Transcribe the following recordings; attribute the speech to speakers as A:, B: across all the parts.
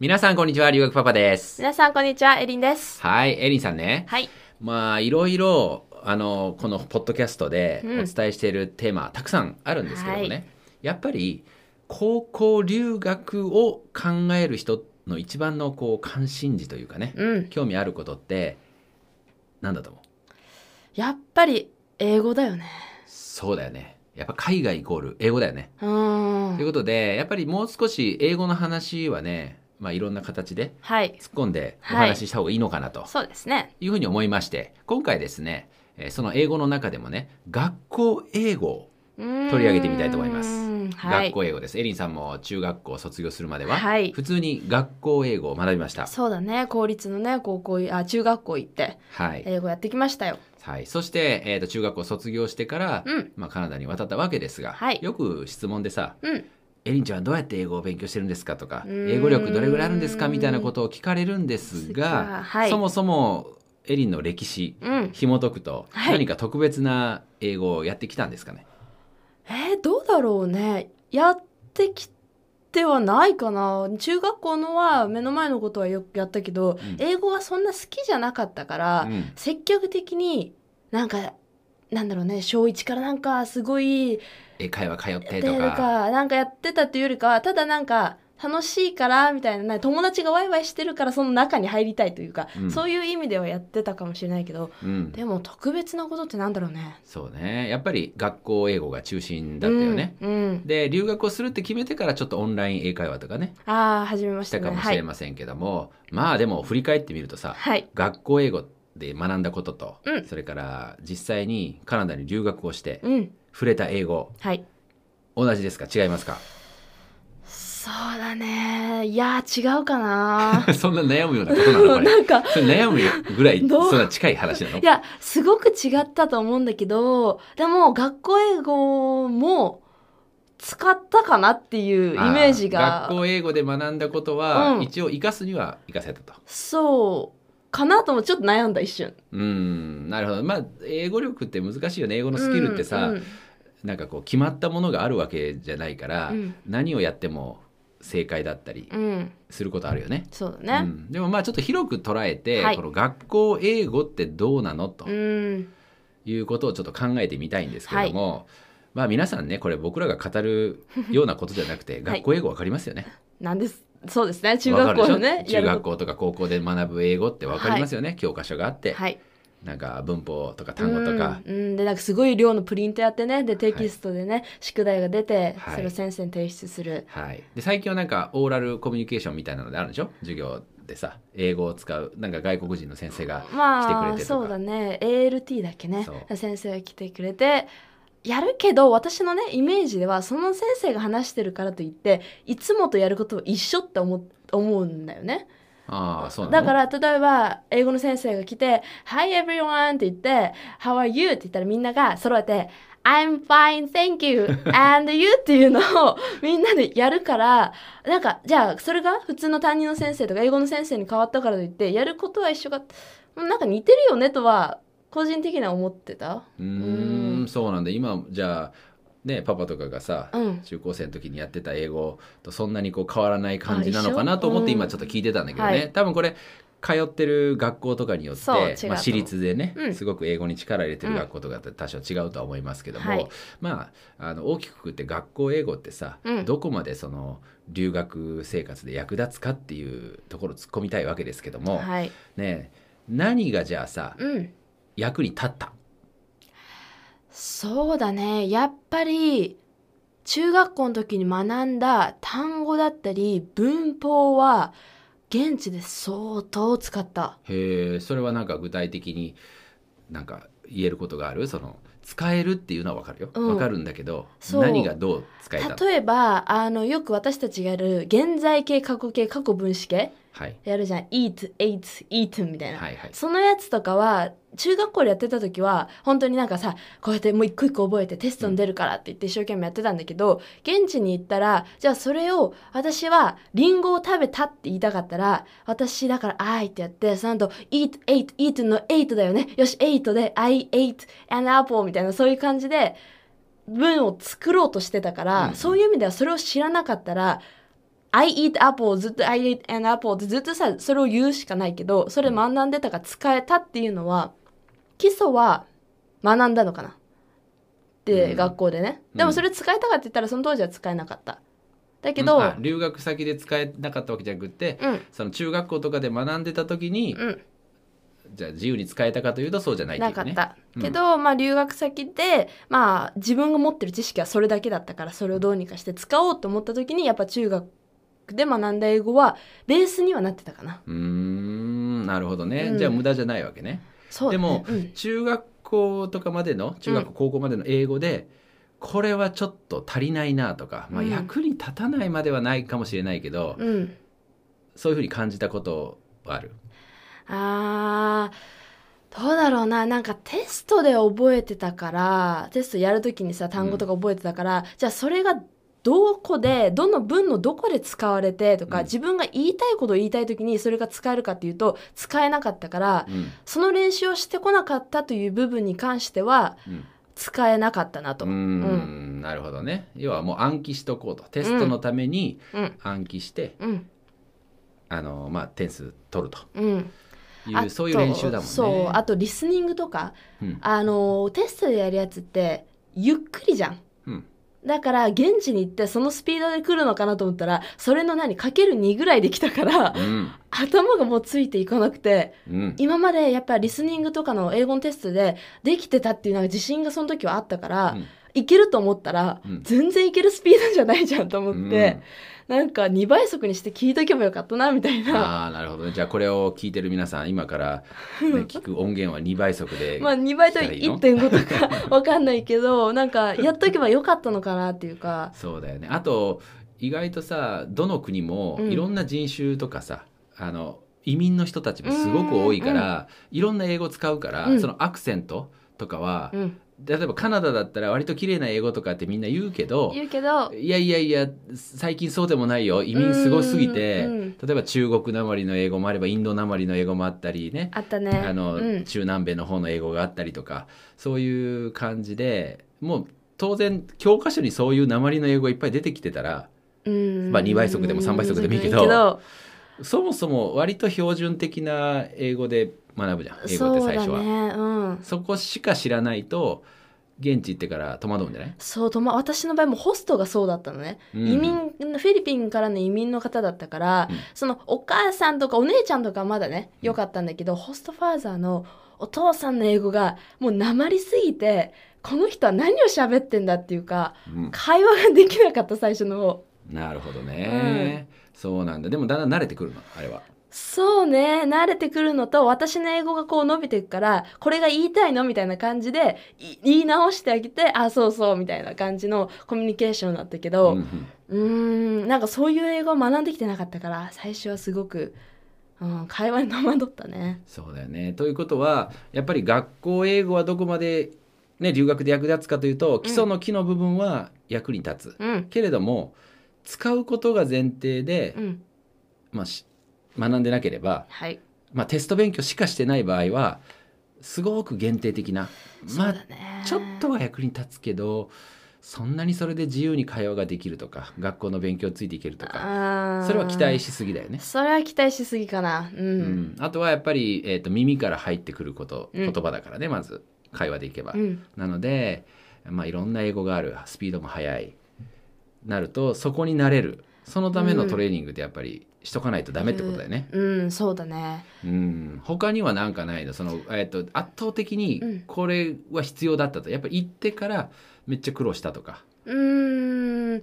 A: 皆さんこんにちは、留学パパです。
B: 皆さんこんにちは、エリンです。
A: はい、エリンさんね。
B: はい。
A: まあ、いろいろ、あの、このポッドキャストで
B: うん
A: お伝えしているテーマ、たくさんあるんですけどもね、
B: は
A: やっぱり、高校留学を考える人の一番のこう関心事というかね、
B: うん。
A: 興味あることって、なんだと思う
B: やっぱり英語だよね。
A: そうだよね。やっぱ海外イコール英語だよね。
B: うー。
A: というんことで、やっぱりもう少し英語の話はね、まあいろんな形で
B: はい。
A: 突っ込んでお
B: はい
A: 話しした方がいいのかなと
B: そうですね。
A: いうふうに思いまして、今回ですね、えーその英語の中でもね、学校英語、
B: 取
A: 取り上げてみたいと思います
B: はい。
A: 学校英語です。エリンさんも中学校を卒業するまでは、
B: はい
A: 普通に学校英語を学びました。
B: そうだね。公立のね、高校い、あ、中学校行って、
A: はい。
B: 英語やってきましたよ。
A: はい、そして、えーと中学校を卒業してから、
B: うん。
A: まあ、カナダに渡ったわけですが、
B: はい
A: よく質問でさ、
B: うん。
A: エリンちゃんはどうやって英語を勉強してるんですかとか
B: うーん
A: 英語力どれぐらいあるんですかみたいなことを聞かれるんですが、
B: はい
A: そもそもエリンの歴史
B: うん。
A: 紐解くと
B: はい
A: 何か特別な英語をやってきたんですかね、
B: えー、どうだろうね。やってきてはないかな。中学校のは目の前のことはよくやったけど、
A: うん
B: 英語がそんな好きじゃなかったから、
A: うん
B: 積極的になんかなんだろうね小1からなんかすごい
A: 英会話通って
B: で
A: と
B: なん
A: か
B: かなんかやってたっていうよりかはただなんか楽しいからみたいななんか友達がワイワイしてるからその中に入りたいというか、
A: うん
B: そういう意味ではやってたかもしれないけど
A: うん
B: でも特別なことってなんだろうね。
A: そうねやっぱり学校英語が中心だったよね、
B: うん、うん
A: で留学をするって決めてからちょっとオンライン英会話とかね
B: ああ始めまし
A: したた
B: ね。
A: かもし
B: は
A: れ
B: い、
A: ませんけども、まあでも振り返ってみるとさ
B: はい、
A: 学校英語で学んだことと、
B: うん
A: それから実際にカナダに留学をして、
B: うん
A: 触れた英語
B: はい
A: 同じですか違いますか
B: そうだねいやー違うか な
A: そんな悩むようなことなのこれ
B: なんか
A: それ悩むぐらい
B: どう
A: そんな近い話なの
B: いや、すごく違ったと思うんだけど、でも学校英語も使ったかなっていうイメー
A: あ
B: ジが
A: ー、学校英語で学んだことは、
B: うん
A: 一応生かすには生かせたと
B: そう、かなともちょっと悩んだ一瞬。
A: うんなるほどまあ英語力って難しいよね英語のスキルってさ、
B: うんうん
A: なんかこう決まったものがあるわけじゃないから、
B: うん
A: 何をやっても正解だったり
B: うん、
A: することあるよね、
B: そう
A: う
B: だね。
A: んでもまあちょっと広く捉えて、
B: はい
A: この学校英語ってどうなのと
B: うん、
A: いうことをちょっと考えてみたいんですけども、まあ皆さんねこれ僕らが語るようなことじゃな くて学校英語わかりますよね。
B: なんです、そうですね、中
A: わか
B: 学
A: るで
B: 校
A: しょ
B: のね、
A: 中学
B: 校。
A: 校とか高校で学ぶ英語ってわかりますよね、教科書があって、
B: はい、
A: なんか文法とか単語とか、
B: うん、うんでなんかすごい量のプリントやってねでテキストでね、宿題が出て、
A: はい
B: それを先生に提出する
A: はい、で最近はなんかオーラルコミュニケーションみたいなのであるでしょ授業でさ英語を使うなんか外国人の先生が来て
B: ま
A: くれて
B: あ
A: とか
B: そうだね ALT だっけね
A: そう
B: 先生が来てくれてやるけど私のねイメージではその先生が話してるからといっていつもとやることは一緒って思う思うんだよね
A: ああそうな
B: だ
A: の
B: から例えば英語の先生が来て「Hi everyone」って言って「How are you?」って言ったらみんなが揃えて「I'm fine thank you and you」っていうのをみんなでやるからなんかじゃあそれが普通の担任の先生とか英語の先生に変わったからといってやることは一緒かなんか似てるよねとは個人的には思ってた
A: うー
B: うん
A: そうなんだ今じゃあねパパとかがさ、
B: うん
A: 中高生の時にやってた英語とそんなにこう変わらない感じなのかなと思って
B: あ一緒
A: 今ちょっと聞いてたんだけどね、
B: うんはい
A: 多分これ通ってる学校とかによっ
B: そう違う
A: て、
B: と
A: まあ、私立でね、
B: うん
A: すごく英語に力入れてる学校とかって多少違うとは思いますけども、
B: はい
A: まああの大きくくって学校英語ってさ、
B: うん
A: どこまでその留学生活で役立つかっていうところを突っ込みたいわけですけども、
B: はい
A: ねえ何がじゃあさ
B: うん
A: 役に立った
B: そうだねやっぱり中学校の時に学んだ単語だったり文法は現地で相当使った
A: へえそれはなんか具体的になんか言えることがあるその使えるっていうのは分かるよ、
B: うん
A: 分かるんだけど
B: そう
A: 何がどう使えたの
B: 例えばあのよく私たちがやる現在形過去形過去分詞形
A: はい
B: やるじゃん eat ate eaten みたいな、
A: はいはい
B: そのやつとかは中学校でやってた時は本当になんかさこうやってもう一個一個覚えてテストに出るからって言って一生懸命やってたんだけど、現地に行ったらじゃあそれを私はリンゴを食べたって言いたかったら私だから「I」ってやってその後 eat ate eat の「8」だよねよし「8」で「I ate an apple」みたいなそういう感じで文を作ろうとしてたから、
A: うん
B: そういう意味ではそれを知らなかったら I eat apple ずっと I eat an apple ってずっとさそれを言うしかないけどそれ学んでたか使えたっていうのは基礎は学んだのかなって、
A: うん
B: 学校でね
A: うん
B: でもそれ使えたかって言ったらその当時は使えなかっただけど、
A: うんあ留学先で使えなかったわけじゃなくて、
B: うん
A: その中学校とかで学んでた時に、
B: うん
A: じゃあ自由に使えたかというとそうじゃないってい
B: な
A: うね
B: かった、
A: うん
B: けど、まあ、留学先で、まあ、自分が持ってる知識はそれだけだったからそれをどうにかして使おうと思った時にやっぱ中学で学んだ英語はベースにはなってたかな
A: うーんなるほどね、
B: うん
A: じゃあ無駄じゃないわけね
B: そう
A: で
B: だね
A: も
B: うん
A: 中学校とかまでの中学校高校までの英語で、これはちょっと足りないなとか、まあ、
B: うん
A: 役に立たないまではないかもしれないけど、
B: うん、
A: そういうふうに感じたことはある
B: あーどうだろうななんかテストで覚えてたからテストやるときにさ単語とか覚えてたから、じゃあそれがどこでどの文のどこで使われてとか、
A: うん
B: 自分が言いたいことを言いたいときにそれが使えるかっていうと使えなかったから
A: うん
B: その練習をしてこなかったという部分に関しては
A: うん
B: 使えなかったなと。
A: うーんなるほどね要はもう暗記しとこうとテストのために
B: うん
A: 暗記して、
B: うん
A: あのまあ、点数取ると
B: うん、
A: い
B: あ
A: うそういう練習だもんね。
B: そうあとリスニングとか
A: うん
B: あのテストでやるやつってゆっくりじゃん
A: うん
B: だから現地に行ってそのスピードで来るのかなと思ったらそれの何かける2ぐらいできたから
A: うん
B: 頭がもうついていかなくて
A: うん
B: 今までやっぱリスニングとかの英語のテストでできてたっていうのが自信がその時はあったから、
A: うん
B: いけると思ったら、
A: うん
B: 全然いけるスピードじゃないじゃんと
A: う
B: 思っ
A: ん
B: て、なんか2倍速にして聞いとけばよかったなみたいな。
A: ああなるほどねじゃあこれを聞いてる皆さん今から、ね、 聞く音源は2倍速で、
B: まあ2倍と
A: したらいいの
B: 1.5と かわかんないけどなんかやっとけばよかったのかなっていうか
A: そうだよねあと意外とさどの国も
B: うん
A: いろんな人種とかさ、あの移民の人たちもすごく多いから、いろんな英語使うから、
B: うん
A: そのアクセントとかは、
B: うん
A: 例えばカナダだったら割と綺麗な英語とかってみんな言うけど
B: 言うけど
A: いやいやいや最近そうでもないよ移民すごすぎて、
B: うんうん
A: 例えば中国なまりの英語もあればインドなまりの英語もあったりね
B: あったね
A: あの、
B: うん
A: 中南米の方の英語があったりとかそういう感じでもう当然教科書にそういう鉛の英語がいっぱい出てきてたら
B: うん
A: まあ2倍速でも3倍速でもいいけど
B: うんうん
A: そもそも割と標準的な英語で学ぶじゃん英語って
B: そう
A: 最
B: だ
A: 初はそ,、
B: ねうん
A: こしか知らないと現地行ってから戸惑うんじゃない、
B: そうとま私の場合もホストがそうだったのね、
A: うん
B: 移民フィリピンからの移民の方だったから、
A: うん
B: そのお母さんとかお姉ちゃんとかはまだねよかったんだけど、ホストファーザーのお父さんの英語がもうなまりすぎてこの人は何を喋ってんだっていうか
A: うん
B: 会話ができなかった最初の方
A: なるほどね、そうなんだでもだんだん慣れてくるのあれは
B: そうね慣れてくるのと私の英語がこう伸びていくからこれが言いたいのみたいな感じでい言い直してあげてあそうそうみたいな感じのコミュニケーションだったけ
A: うんう
B: ど
A: ん
B: うーんなんかそういう英語を学んできてなかったから最初はすごく、うん、会話に戸惑ったね。
A: そうだよねということはやっぱり学校英語はどこまで、ね、留学で役立つかというと基礎の木の部分は役に立つ、
B: うん
A: けれども使うことが前提で
B: う、ん
A: まあ、し学んでなければ、
B: はい
A: まあ、テスト勉強しかしてない場合はすごく限定的な
B: そう
A: ま
B: だね
A: あちょっとは役に立つけどそんなにそれで自由に会話ができるとか学校の勉強ついていけるとか
B: あー
A: それは期待しすぎだよね。
B: それは期待しすぎかなう、
A: うんん、あとはやっぱり、えー、と耳から入ってくること
B: うん
A: 言葉だからね、まず会話でいけば。
B: うん
A: なので、まあ、いろんな英語があるスピードも速いなるとそこに慣れるそのためのトレーニングってやっぱりしとかないとダメってことだよね。
B: うん、そうだね
A: うん、他にはなんかないのその、えっと圧倒的
B: うん
A: にこれは必要だったとやっぱり行ってからめっちゃ苦労したとか。
B: うーん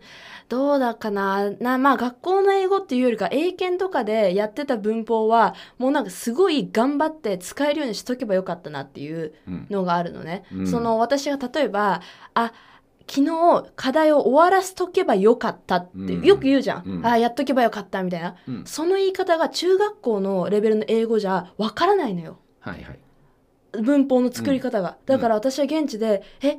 B: どうだかなな、まあ、学校の英語っていうよりか英検とかでやってた文法はもうなんかすごい頑張って使えるようにしとけばよかったなっていう
A: うん
B: のがあるのね。
A: うん
B: その私が例えばあ昨日課題を終わらせとけばよかったって
A: うん
B: よく言うじゃん、
A: うん
B: あやっとけばよかったみたいな
A: うん
B: その言い方が中学校のレベルの英語じゃわからないのよ。
A: はいはい
B: 文法の作り方が、だから私は現地で「え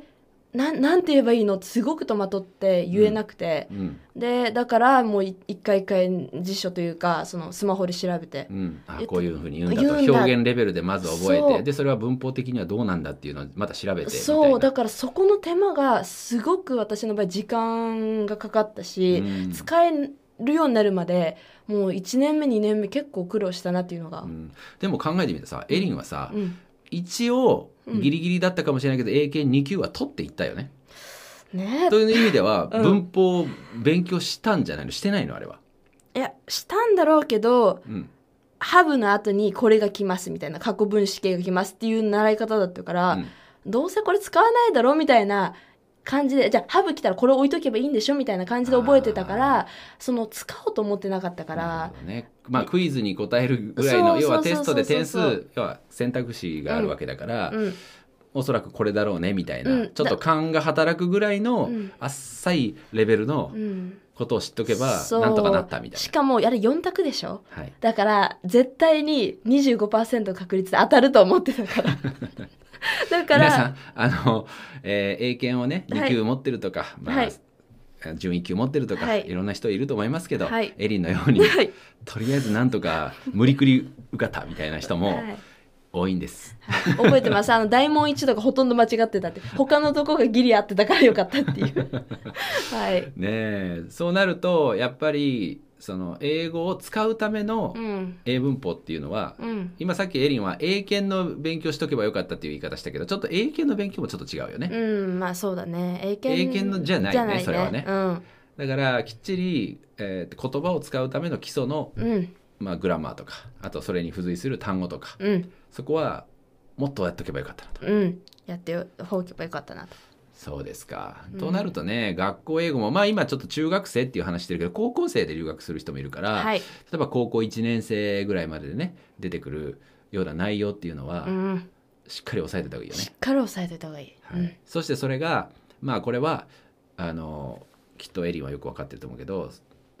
B: なんなんて言えばいいの?」ってすごく戸惑って言えなくて、
A: うん
B: でだからもうい一回一回辞書というかそのスマホで調べて
A: う、ん、あ
B: えっと
A: こういうふうに言うんだ
B: 言うんだ
A: と表現レベルでまず覚えて
B: そう
A: でそれは文法的にはどうなんだっていうのをまた調べてみたいな
B: そうだからそこの手間がすごく私の場合時間がかかったし、
A: うん
B: 使えるようになるまでもう1年目2年目結構苦労したなっていうのが
A: う、んでも考えてみてさエリンはさ、
B: うん
A: 一応
B: うん
A: ギリギリだったかもしれないけど、英検2級は取っていったよね。
B: ね
A: という意味では、
B: うん
A: 文法を勉強したんじゃないのしてないのあれは。
B: えいやしたんだろうけど
A: うん、
B: ハブの後にこれが来ますみたいな過去分子形が来ますっていう習い方だったから、
A: うん
B: どうせこれ使わないだろうみたいな感じでじゃあハブ来たらこれ置いとけばいいんでしょみたいな感じで覚えてたからその使おうと思ってなかったか
A: なる
B: ら
A: ほどねまあ、クイズに答えるぐらいの
B: そう
A: 要は
B: そう
A: テ
B: そう
A: ス
B: そう
A: トで点数
B: そうそう
A: 要は選択肢があるわけだから、
B: うん
A: おそらくこれだろうねみたいな、
B: うん
A: ちょっと勘が働くぐらいの
B: うん
A: 浅いレベルの
B: うん
A: ことを知っとけば
B: そう
A: なんとかなったみたい
B: しかもあれ4択でしょ
A: な。はい、
B: だから絶対に25%確率で当たると思ってたから だか
A: 皆さ
B: ら
A: んあの、えー英検をね
B: は
A: 2
B: い
A: 級持ってるとか、まあ
B: はい
A: 準1級持ってるとか、
B: はい
A: い、ろんな人いると思いますけど、
B: はい
A: エリンのように
B: はい
A: とりあえずなんとか無理くり受かったみたいな人も
B: はい
A: 多いんです。
B: はい覚えてますあの大問1とかほとんど間違ってたって他のとこがギリ合ってたからよかったっていう はい
A: ねえそうなるとやっぱりその英語を使うための
B: うん
A: 英文法っていうのは、
B: うん
A: 今さっきエリンは英検の勉強しとけばよかったっていう言い方したけどちょっと英検の勉強もちょっと違うよね、
B: うんまあそうだね英検
A: 英検のじゃないねそれはね
B: うん
A: だからきっちり、えー言葉を使うための基礎の、
B: うん
A: まあ、グラマーとかあとそれに付随する単語とか
B: うん
A: そこはもっとやっとけばよかったなと
B: うんやってほけばよかったなと
A: そうですか、
B: うん
A: となるとね学校英語もまあ今ちょっと中学生っていう話してるけど高校生で留学する人もいるから、
B: はい
A: 例えば高校1年生ぐらいまででね出てくるような内容っていうのは、
B: うん
A: しっかり押さえてた方がいいよね
B: しっかり押さえといた方がいい
A: はいそしてそれがまあこれはあのきっとエリンはよく分かってると思うけど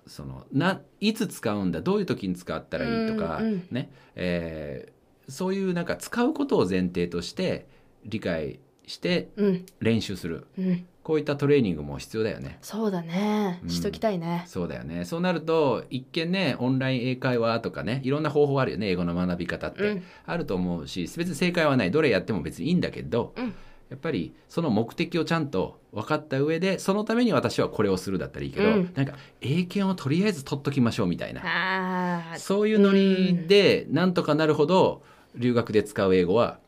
A: そのないつ使うんだどういう時に使ったらいいとか、
B: うんうん
A: ねえーそういうなんか使うことを前提として理解して
B: うん
A: 練習する
B: うん
A: こういったトレーニングも必要だよね。
B: そうだね
A: うん
B: しときたいね、
A: そうだよねそうなると一見ねオンライン英会話とかねいろんな方法あるよね英語の学び方って、
B: うん
A: あると思うし別に正解はないどれやっても別にいいんだけど、
B: うん
A: やっぱりその目的をちゃんと分かった上でそのために私はこれをするだったらいいけど、
B: うん
A: なんか英検をとりあえず取っときましょうみたいな
B: あー
A: そういうノリでなんとかなるほど留学で使う英語は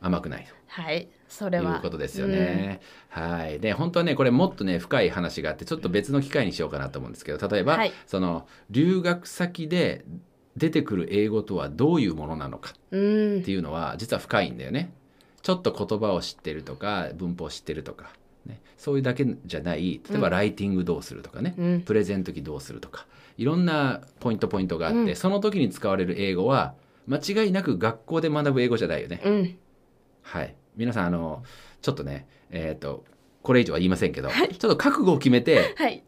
A: 甘くないと。
B: はいそ
A: い
B: れは
A: うことですよね、はいで本当はねこれもっとね深い話があってちょっと別の機会にしようかなと思うんですけど例えば、
B: はい
A: その留学先で出てくる英語とはどういうものなのか
B: うん、う
A: っ
B: ん
A: ていうのは実は深いんだよね。ちょっと言葉を知ってるとか文法を知ってるとか、ね、そういうだけじゃない例え
B: う
A: ば
B: ん
A: ライティングどうするとかね、
B: うん
A: プレゼン時どうするとかいろんなポイントポイントがあって、
B: うん
A: その時に使われる英語は間違いなく学校で学ぶ英語じゃないよね。
B: うん
A: はい、皆さんあのちょっとね、えー、とこれ以上は言いませんけど、ちょっと覚悟を決めて
B: はい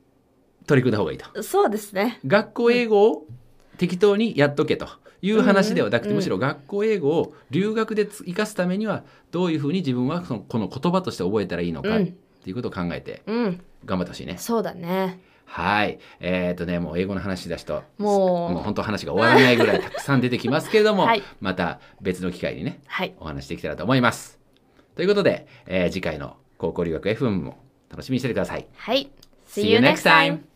A: 取り組んだ方がいいと。
B: そうですね
A: 学校英語を適当にやっとけという話ではなくて、
B: うん
A: むしろ学校英語を留学で生かすためにはどういうふうに自分はそのこの言葉として覚えたらいいのかっ
B: うん
A: ていうことを考えて
B: うん
A: 頑張ってほしいね。
B: そうだね
A: はい。えっ、とね、もう英語の話出しと、
B: もう
A: もう本当話が終わらないぐらいたくさん出てきますけれども、
B: はい
A: また別の機会にね、
B: はい
A: お話しできたらと思います。ということで、えー次回の高校留学 FM も楽しみにしててください。
B: はい
A: See you next time!